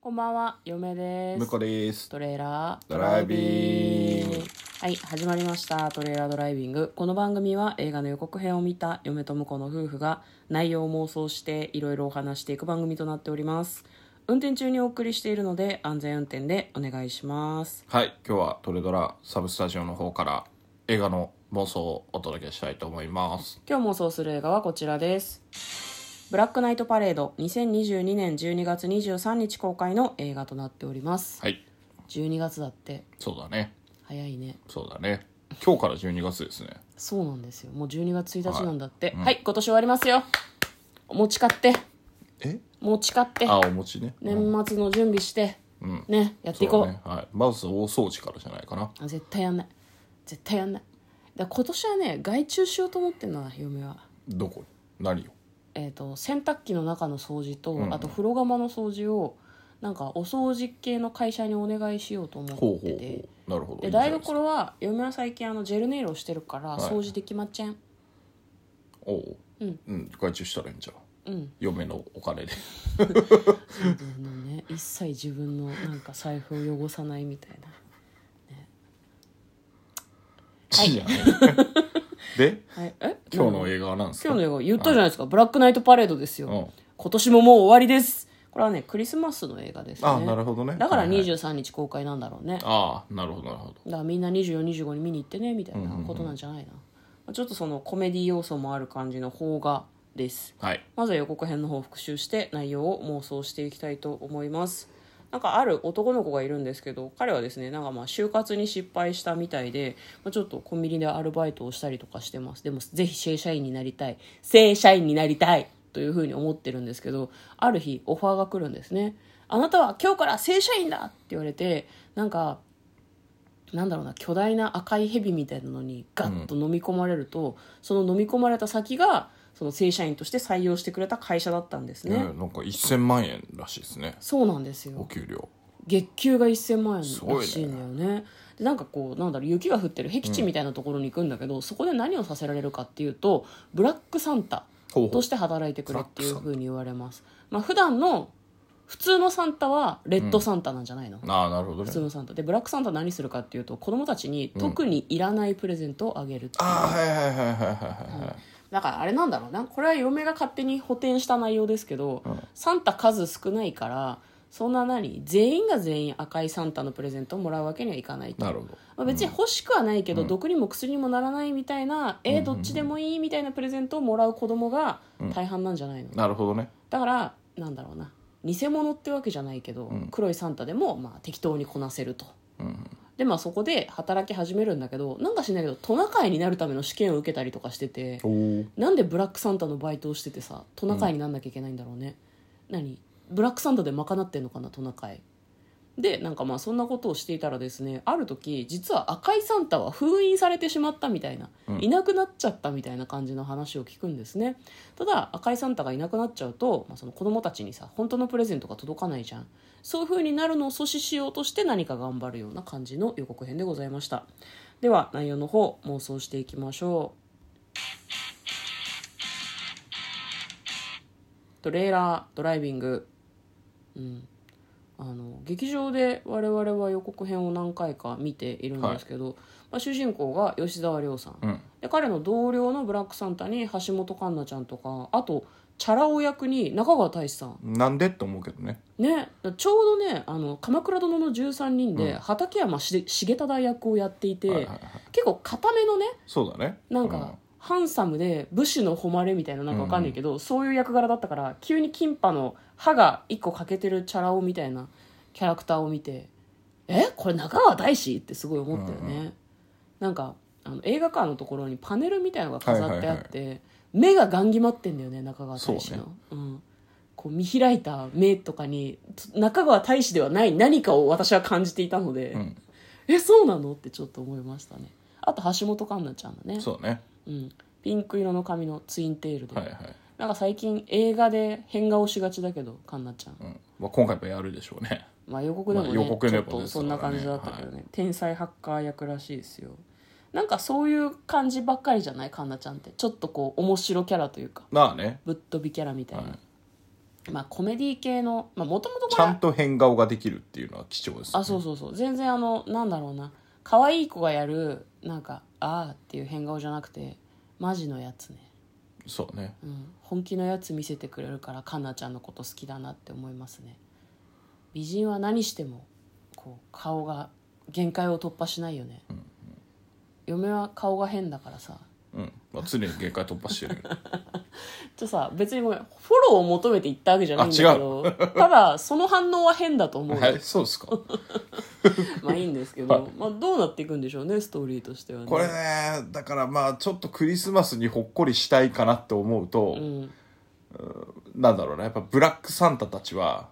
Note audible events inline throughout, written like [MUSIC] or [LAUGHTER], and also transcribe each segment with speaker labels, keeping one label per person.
Speaker 1: こんばんは、嫁です。
Speaker 2: 向こうです。
Speaker 1: トレーラード
Speaker 2: ドライビング
Speaker 1: はい、始まりました。トレーラードライビング。この番組は映画の予告編を見た嫁と婿の夫婦が内容を妄想していろいろお話していく番組となっております。運転中にお送りしているので安全運転でお願いします。
Speaker 2: はい、今日はトレドラサブスタジオの方から映画の妄想をお届けしたいと思います。
Speaker 1: 今日妄想する映画はこちらです。ブラックナイトパレード2022年12月23日公開の映画となっております。
Speaker 2: はい、
Speaker 1: 12月だって
Speaker 2: そうだね。
Speaker 1: 早いね。
Speaker 2: そうだね。今日から12月ですね。
Speaker 1: そうなんですよもう12月1
Speaker 2: は
Speaker 1: 日
Speaker 2: い
Speaker 1: なんだってはい、今年終わりますよお持ち買って
Speaker 2: え
Speaker 1: 持ち買って
Speaker 2: あ、お餅ね。
Speaker 1: 年末の準備して、
Speaker 2: ん
Speaker 1: ねやって
Speaker 2: そ
Speaker 1: いこう
Speaker 2: だね。はい。まず大掃除からじゃないかな。
Speaker 1: あ絶対やんない絶対やんないだから今年はね外注しようと思ってんだな嫁は
Speaker 2: どこ何を
Speaker 1: えっ、と洗濯機の中の掃除と、あと風呂釜の掃除をなんかお掃除系の会社にお願いしようと思ってて
Speaker 2: ほうほうほう。なるほど。
Speaker 1: で
Speaker 2: いいじゃな
Speaker 1: 台
Speaker 2: いすか
Speaker 1: 所は嫁は最近あのジェルネイルをしてるから
Speaker 2: い
Speaker 1: 掃除できまっちゃん、
Speaker 2: おう。うん。外注したらいいんじゃん。
Speaker 1: うん
Speaker 2: 嫁のお金で。
Speaker 1: あのね一切自分のなんか財布を汚さないみたいな
Speaker 2: はい。
Speaker 1: [LAUGHS]
Speaker 2: で、
Speaker 1: はい、え
Speaker 2: 今日の映画は何ですか
Speaker 1: 今日の映画言ったじゃないですか、ブラックナイトパレードですよ、
Speaker 2: うん
Speaker 1: 今年ももう終わりですこれはねクリスマスの映画ですね
Speaker 2: あなるほどね
Speaker 1: だから
Speaker 2: はいはい
Speaker 1: 23日公開なんだろうね、
Speaker 2: ああ、なるほど、なるほど。
Speaker 1: だからみんな2425に見に行ってねみたいなことなんじゃないな、まあちょっとそのコメディ要素もある感じの邦画です
Speaker 2: はい。
Speaker 1: まずは予告編の方を復習して内容を妄想していきたいと思いますなんかある男の子がいるんですけど彼はですねなんかまあ就活に失敗したみたいで、まあ、ちょっとコンビニでアルバイトをしたりとかしてますでもぜひ正社員になりたい正社員になりたいというふうに思ってるんですけどある日オファーが来るんですねあなたは今日から正社員だって言われてなんかなんだろうな巨大な赤い蛇みたいなのにガッと飲み込まれると、その飲み込まれた先がその正社員として採用してくれた会社だったんですね、
Speaker 2: ね、なんか1000万円らしいですね。
Speaker 1: そうなんですよ
Speaker 2: お給料。
Speaker 1: 月給が1000万
Speaker 2: ご
Speaker 1: 円ら
Speaker 2: いね
Speaker 1: しいんだよねでなんかこうなんだろう雪が降ってる僻地みたいなところに行くんだけど、そこで何をさせられるかっていうとブラックサンタ
Speaker 2: ほうほ
Speaker 1: と
Speaker 2: う
Speaker 1: して働いてくれっていうふうに言われますまあ普段の普通のサンタはレッドサンタなんじゃないの、
Speaker 2: ああ、なるほどね
Speaker 1: 普通。のサンタでブラックサンタは何するかっていうと子供たちに特にいらないプレゼントをあげるっていう、
Speaker 2: ああ、はいはいはいはいはいはい。
Speaker 1: だからあれなんだろうなこれは嫁が勝手に補填した内容ですけど、サンタ数少ないからそんな何全員が全員赤いサンタのプレゼントをもらうわけにはいかないと
Speaker 2: なるほど。
Speaker 1: まあ、別に欲しくはないけど、毒にも薬にもならないみたいな、えーどっちでもいいみたいなプレゼントをもらう子供が大半なんじゃないの、
Speaker 2: なるほどね。
Speaker 1: だからなんだろうな偽物ってわけじゃないけど、黒いサンタでもまあ適当にこなせると、でまあそこで働き始めるんだけどなんかしないけどトナカイになるための試験を受けたりとかしてて
Speaker 2: おお。
Speaker 1: なんでブラックサンタのバイトをしててさトナカイになんなきゃいけないんだろうね、何ブラックサンタで賄ってんのかなトナカイでなんかまあそんなことをしていたらですねある時実は赤いサンタは封印されてしまったみたいな、いなくなっちゃったみたいな感じの話を聞くんですねただ赤いサンタがいなくなっちゃうと、まあ、その子供たちにさ本当のプレゼントが届かないじゃんそういう風になるのを阻止しようとして何か頑張るような感じの予告編でございましたでは内容の方妄想していきましょうトレーラードライビング、うん、あの劇場で我々は予告編を何回か見ているんですけど、まあ、主人公が吉沢亮さん、
Speaker 2: うん
Speaker 1: で彼の同僚のブラックサンタに橋本環奈ちゃんとかあとチャラ男役に中川大志さん
Speaker 2: なんでって思うけどね。
Speaker 1: ね、ちょうどね「あの鎌倉殿の13人で」畠山し重忠役をやっていて、
Speaker 2: はいはいはい
Speaker 1: 結構固めのね
Speaker 2: そうだね。
Speaker 1: なんか、ハンサムで武士の誉れみたいななんかわかんないけど、そういう役柄だったから急にキンパの歯が一個欠けてるチャラ男みたいなキャラクターを見てえこれ中川大志ってすごい思ったよね、なんかあの映画館のところにパネルみたいのが飾ってあって、目がガン決まってんだよね中川大志の、
Speaker 2: そう
Speaker 1: ん、こう見開いた目とかに中川大志ではない何かを私は感じていたので、
Speaker 2: ん
Speaker 1: えそうなのってちょっと思いましたねあと橋本環奈ちゃんだね
Speaker 2: うんそうだね。
Speaker 1: うん、ピンク色の髪のツインテールで、
Speaker 2: はいはい。
Speaker 1: なんか最近映画で変顔しがちだけどカンナちゃん、
Speaker 2: うん。まあ今回もやるでしょうね。 [LAUGHS]
Speaker 1: まあ、予告でもね,、
Speaker 2: まあ予告でも
Speaker 1: ちょっとそんな感じだったけどね、
Speaker 2: です
Speaker 1: 天才ハッカー役らしいですよなんかそういう感じばっかりじゃないカンナちゃんってちょっとこう面白キャラというか
Speaker 2: まあね。
Speaker 1: ぶっ飛びキャラみたいな、
Speaker 2: はい
Speaker 1: まあコメディ系のまあもともとこ
Speaker 2: ち
Speaker 1: れ
Speaker 2: ゃんと変顔ができるっていうのは貴重です、ね、
Speaker 1: あそうそうそう全然あのなんだろうな可愛い子がやるなんか「あー」っていう変顔じゃなくてマジのやつね、
Speaker 2: そうね
Speaker 1: うん、本気のやつ見せてくれるからかなちゃんのこと好きだなって思いますね美人は何してもこう顔が限界を突破しないよね、嫁は顔が変だからさ
Speaker 2: うん、まあ、常に限界突破 [LAUGHS] してる
Speaker 1: ちょっとさ別にごめんフォローを求めて言ったわけじゃないんだけど [LAUGHS] ただその反応は変だと思うよ、
Speaker 2: はいそうですか
Speaker 1: まあいいんですけど、まあ、どうなっていくんでしょうねストーリーとしてはね
Speaker 2: これねだからまあちょっとクリスマスにほっこりしたいかなって思うと、
Speaker 1: うん
Speaker 2: なんだろうなやっぱブラックサンタたちは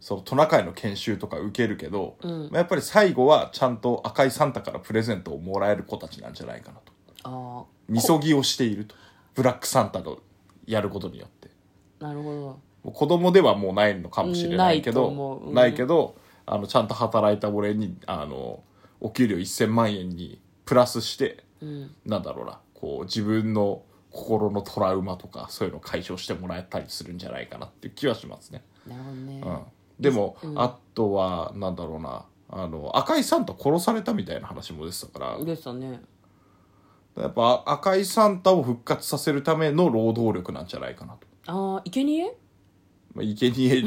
Speaker 2: そのトナカイの研修とか受けるけど、まあ、やっぱり最後はちゃんと赤いサンタからプレゼントをもらえる子たちなんじゃないかなと
Speaker 1: あ
Speaker 2: みそぎをしているとブラックサンタのやることによって
Speaker 1: あなるほど
Speaker 2: もう子供ではもうないのかもしれないけど
Speaker 1: うんないと思ううん
Speaker 2: けどあのちゃんと働いた俺にあのお給料1000万円にプラスして、
Speaker 1: うん
Speaker 2: なんだろうなこう自分の心のトラウマとかそういうのを解消してもらえたりするんじゃないかなっていう気はしますね。
Speaker 1: なるほどね、
Speaker 2: うん、でも、あとはなんだろうなあの赤井サンタ殺されたみたいな話も出てたから、
Speaker 1: でしたね
Speaker 2: やっぱ赤井サンタを復活させるための労働力なんじゃないかな
Speaker 1: あ
Speaker 2: と。
Speaker 1: あ生贄
Speaker 2: まあ、生贄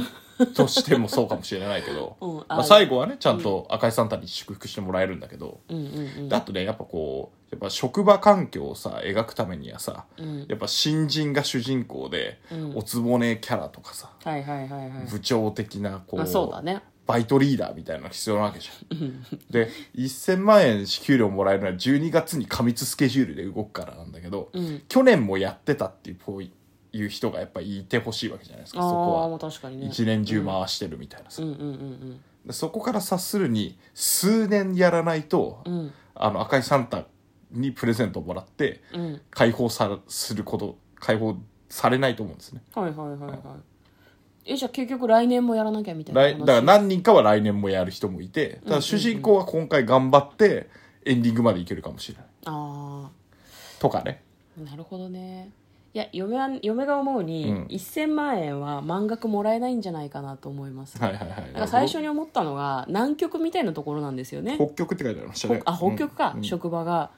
Speaker 2: としてもそうかもしれないけど、
Speaker 1: [LAUGHS] うんあ
Speaker 2: まあ、最後はねちゃんと赤井サンタに祝福してもらえるんだけど、
Speaker 1: うんうん
Speaker 2: であとねやっぱこうやっぱ職場環境をさ描くためにはさ、
Speaker 1: うん
Speaker 2: やっぱ新人が主人公で、
Speaker 1: うん
Speaker 2: おつぼねキャラとかさ
Speaker 1: はいはいはいはい
Speaker 2: 部長的なこう,、
Speaker 1: まあそうだね
Speaker 2: バイトリーダーみたいなのが必要なわけじゃん。で1,000万円給料もらえるのは12月に過密スケジュールで動くからなんだけど、
Speaker 1: うん
Speaker 2: 去年もやってたっていうこういう人がやっぱりいてほしいわけじゃないです
Speaker 1: あ
Speaker 2: かそこ
Speaker 1: あ
Speaker 2: は
Speaker 1: もう確かにね
Speaker 2: 一年中回してるみたいなさ、
Speaker 1: うんうんうん
Speaker 2: でそこから察するに数年やらないと、
Speaker 1: うんうん
Speaker 2: あの赤いサンタにプレゼントをもらって
Speaker 1: うん
Speaker 2: 解放さすること解放されないと思うんですね
Speaker 1: はいはいはいはいえじゃあ結局来年もやらなきゃみたいな
Speaker 2: 来
Speaker 1: 話
Speaker 2: だから何人かは来年もやる人もいてただ主人公は今回頑張ってエンディングまでいけるかもしれない
Speaker 1: あ
Speaker 2: とかね
Speaker 1: あなるほどねいや嫁は嫁が思うに、
Speaker 2: うん
Speaker 1: 1000万円は満額もらえないんじゃないかなと思います、
Speaker 2: はいはいはい
Speaker 1: なんか最初に思ったのが南極みたいなところなんですよね
Speaker 2: 北極って書いてありましたね
Speaker 1: あ北極か、職場が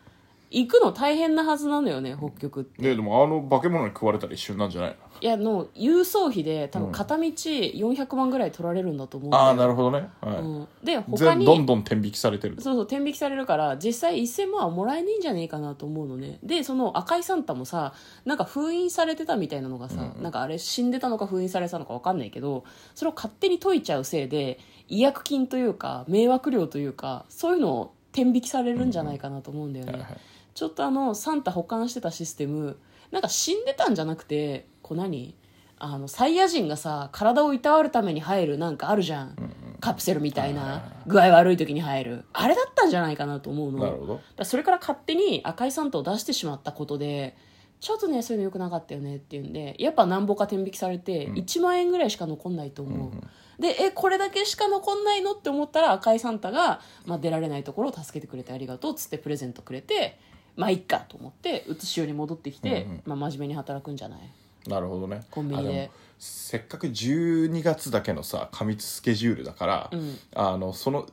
Speaker 1: 行くの大変なはずなのよね北極って
Speaker 2: ででもあの化け物に食われたら一瞬なんじゃないの
Speaker 1: いやの郵送費で多分片道400万ぐらい取られるんだと思うんだよ
Speaker 2: ああなるほどね、はい
Speaker 1: うん、で他
Speaker 2: 全
Speaker 1: に
Speaker 2: どんどん天引きされてる
Speaker 1: そうそう天引きされるから実際1000万はもらえねえんじゃねえかなと思うのねでその赤いサンタもさなんか封印されてたみたいなのがさ、なんかあれ死んでたのか封印されてたのか分かんないけどそれを勝手に解いちゃうせいで違約金というか迷惑料というかそういうのを天引きされるんじゃないかなと思うんだよね、
Speaker 2: はいはい
Speaker 1: ちょっとあのサンタ保管してたシステムなんか死んでたんじゃなくてこう何あのサイヤ人がさ体をいたわるために入るなんかあるじゃん、カプセルみたいな具合悪い時に入るあれだったんじゃないかなと思うの
Speaker 2: なるほど
Speaker 1: だからそれから勝手に赤いサンタを出してしまったことでちょっとねそういうの良くなかったよねっていうんでやっぱなんぼか天引きされて1万円ぐらいしか残んないと思う、でえこれだけしか残んないのって思ったら赤いサンタが、まあ、出られないところを助けてくれてありがとうっつってプレゼントくれてまあいっかと思って写しよに戻ってきて、まあ、真面目に働くんじゃない
Speaker 2: なるほどね
Speaker 1: コンビニで
Speaker 2: あもせっかく12月だけのさ過密スケジュールだから、
Speaker 1: ん
Speaker 2: あのその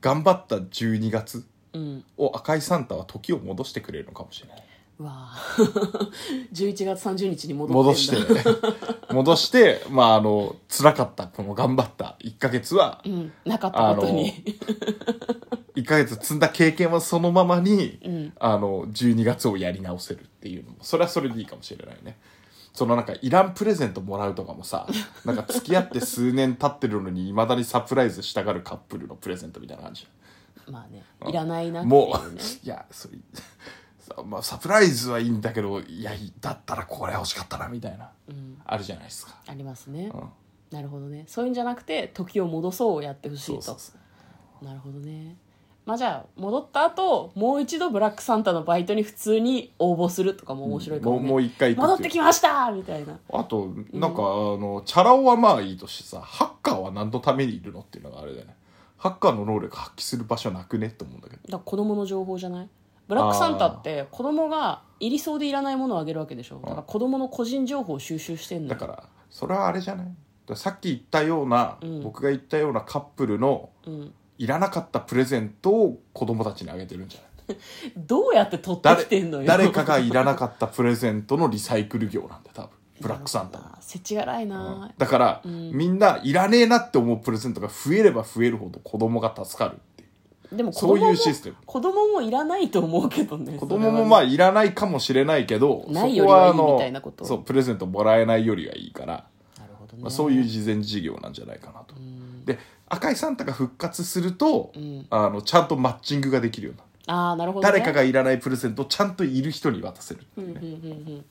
Speaker 2: 頑張った12月
Speaker 1: うん
Speaker 2: を赤いサンタは時を戻してくれるのかもしれないう
Speaker 1: わあ [LAUGHS] 11月30日に戻ってんだ
Speaker 2: 戻して [LAUGHS] 戻してまああの辛かったこの頑張った1ヶ月は、
Speaker 1: うん、なかったことに
Speaker 2: 1ヶ月積んだ経験はそのままに、
Speaker 1: ん
Speaker 2: あの12月をやり直せるっていうのもそれはそれでいいかもしれないねそのなんかいらんプレゼントもらうとか
Speaker 1: [LAUGHS]
Speaker 2: もさなんか付き合って数年経ってるのにいまだにサプライズしたがるカップルのプレゼントみたいな感じ
Speaker 1: [LAUGHS] まあねいらないなってい
Speaker 2: も
Speaker 1: う
Speaker 2: う
Speaker 1: ね
Speaker 2: [LAUGHS] いやそれさまあ、サプライズはいいんだけどいやだったらこれ欲しかったなみたいな、あるじゃないですか、
Speaker 1: ありますね、
Speaker 2: うん
Speaker 1: なるほどねそういうんじゃなくて時を戻そうをやってほしい
Speaker 2: そ
Speaker 1: と
Speaker 2: うそうそう
Speaker 1: なるほどねまあじゃあ戻った後もう一度ブラックサンタのバイトに普通に応募するとかも面白いかも、ね
Speaker 2: もうもう一回行く
Speaker 1: 戻
Speaker 2: っ
Speaker 1: って
Speaker 2: いう
Speaker 1: てきましたみたいな
Speaker 2: あとなんか、あのチャラ男はまあいいとしてさハッカーは何のためにいるのっていうのがあれだよねハッカーの能力発揮する場所なくねって思うんだけど
Speaker 1: だから子供の情報じゃないブラックサンタって子供がいりそうでいらないものをあげるわけでしょだから子供の個人情報を収集してんの
Speaker 2: だからそれはあれじゃないらさっき言ったような、
Speaker 1: うん
Speaker 2: 僕が言ったようなカップルの
Speaker 1: うん、
Speaker 2: いらなかったプレゼントを子供たちにあげてるんじゃない
Speaker 1: どうやって取 [LAUGHS] ってきてんの
Speaker 2: 誰
Speaker 1: よ
Speaker 2: 誰かがいらなかったプレゼントのリサイクル業なんだよ多分ブラックサンタの
Speaker 1: [LAUGHS] あー世知辛い
Speaker 2: うん
Speaker 1: な、
Speaker 2: だから、
Speaker 1: うん
Speaker 2: みんないらねえなって思うプレゼントが増えれば増えるほど子供が助かるっていう
Speaker 1: でも子
Speaker 2: そう
Speaker 1: 供
Speaker 2: い
Speaker 1: も
Speaker 2: うシステム
Speaker 1: 子供もいらないと思うけどね
Speaker 2: 子供もまあ
Speaker 1: あ
Speaker 2: いらないかもしれないけど
Speaker 1: ない
Speaker 2: そこはあ
Speaker 1: よりはいい
Speaker 2: の
Speaker 1: みたいなこと
Speaker 2: そうプレゼントもらえないよりはいいから、
Speaker 1: なるほど、ね
Speaker 2: まあ、そういう事前事業なんじゃないかなと、
Speaker 1: うん
Speaker 2: で赤いサンタが復活すると、
Speaker 1: うん
Speaker 2: あのちゃんとマッチングができるようになる
Speaker 1: ああなるほど、ね、
Speaker 2: 誰かがいらないプレゼントをちゃんといる人に渡せるって
Speaker 1: うんう
Speaker 2: い
Speaker 1: ん
Speaker 2: う
Speaker 1: う
Speaker 2: ね、
Speaker 1: んうん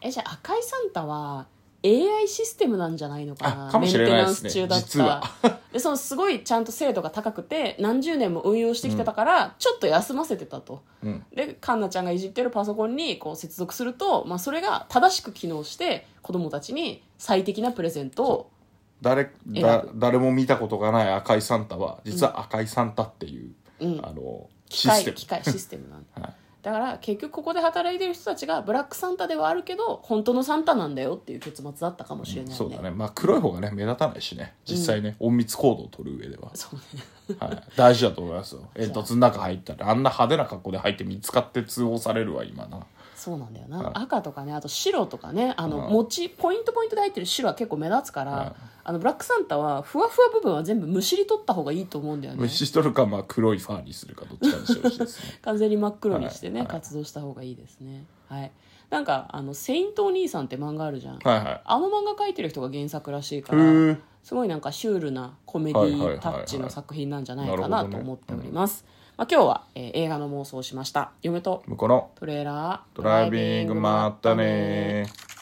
Speaker 1: えじゃあ赤いサンタは AI システムなんじゃないのかな
Speaker 2: あかもしれないですね
Speaker 1: メンテナンス中
Speaker 2: 実
Speaker 1: だ
Speaker 2: は
Speaker 1: った [LAUGHS] でそのすごいちゃんと精度が高くて何十年も運用してきてたから、ちょっと休ませてたと
Speaker 2: うん
Speaker 1: でカンナちゃんがいじってるパソコンにこう接続すると、まあ、それが正しく機能して子供たちに最適なプレゼントを
Speaker 2: 誰
Speaker 1: 選ぶ
Speaker 2: だ誰も見たことがない赤いサンタは実は赤いサンタっていう、
Speaker 1: うん
Speaker 2: あの
Speaker 1: 機
Speaker 2: シス
Speaker 1: 械
Speaker 2: テム
Speaker 1: 機械システムなんだ
Speaker 2: [LAUGHS] はい
Speaker 1: だから結局ここで働いてる人たちがブラックサンタではあるけど本当のサンタなんだよっていう結末だったかもしれないね、
Speaker 2: そうだねまあ黒い方がね目立たないしね実際ね、隠密行動を取る上では、
Speaker 1: そうね
Speaker 2: はい、大事だと思いますよ煙突の中入ったらあんな派手な格好で入って見つかって通報されるわ今な
Speaker 1: そうなんだよな、
Speaker 2: はい
Speaker 1: 赤とかねあと白とかねあの
Speaker 2: はい
Speaker 1: 餅、ポイントポイントで入ってる白は結構目立つから、
Speaker 2: はい
Speaker 1: あのブラックサンタはふわふわ部分は全部むしり取った方がいいと思うんだよね
Speaker 2: 虫取るかまあ黒いファーにするかどっちかにしてほしいですね
Speaker 1: 完全に真っ黒にしてね、
Speaker 2: はいはい
Speaker 1: 活動した方がいいですねはいなんかあの「セイントお兄さん」って漫画あるじゃん、
Speaker 2: はいはい
Speaker 1: あの漫画描いてる人が原作らしいか
Speaker 2: へ
Speaker 1: ら
Speaker 2: ー
Speaker 1: すごいなんかシュールなコメデ
Speaker 2: はいはいはいは
Speaker 1: ィ
Speaker 2: い
Speaker 1: タッチの作品なんじゃないか
Speaker 2: なる
Speaker 1: な
Speaker 2: ほど
Speaker 1: と
Speaker 2: ね
Speaker 1: 思っております、まあ、今日は、えー映画の妄想をしました嫁と
Speaker 2: 向こうの
Speaker 1: トレーラー
Speaker 2: ドライビングまったねー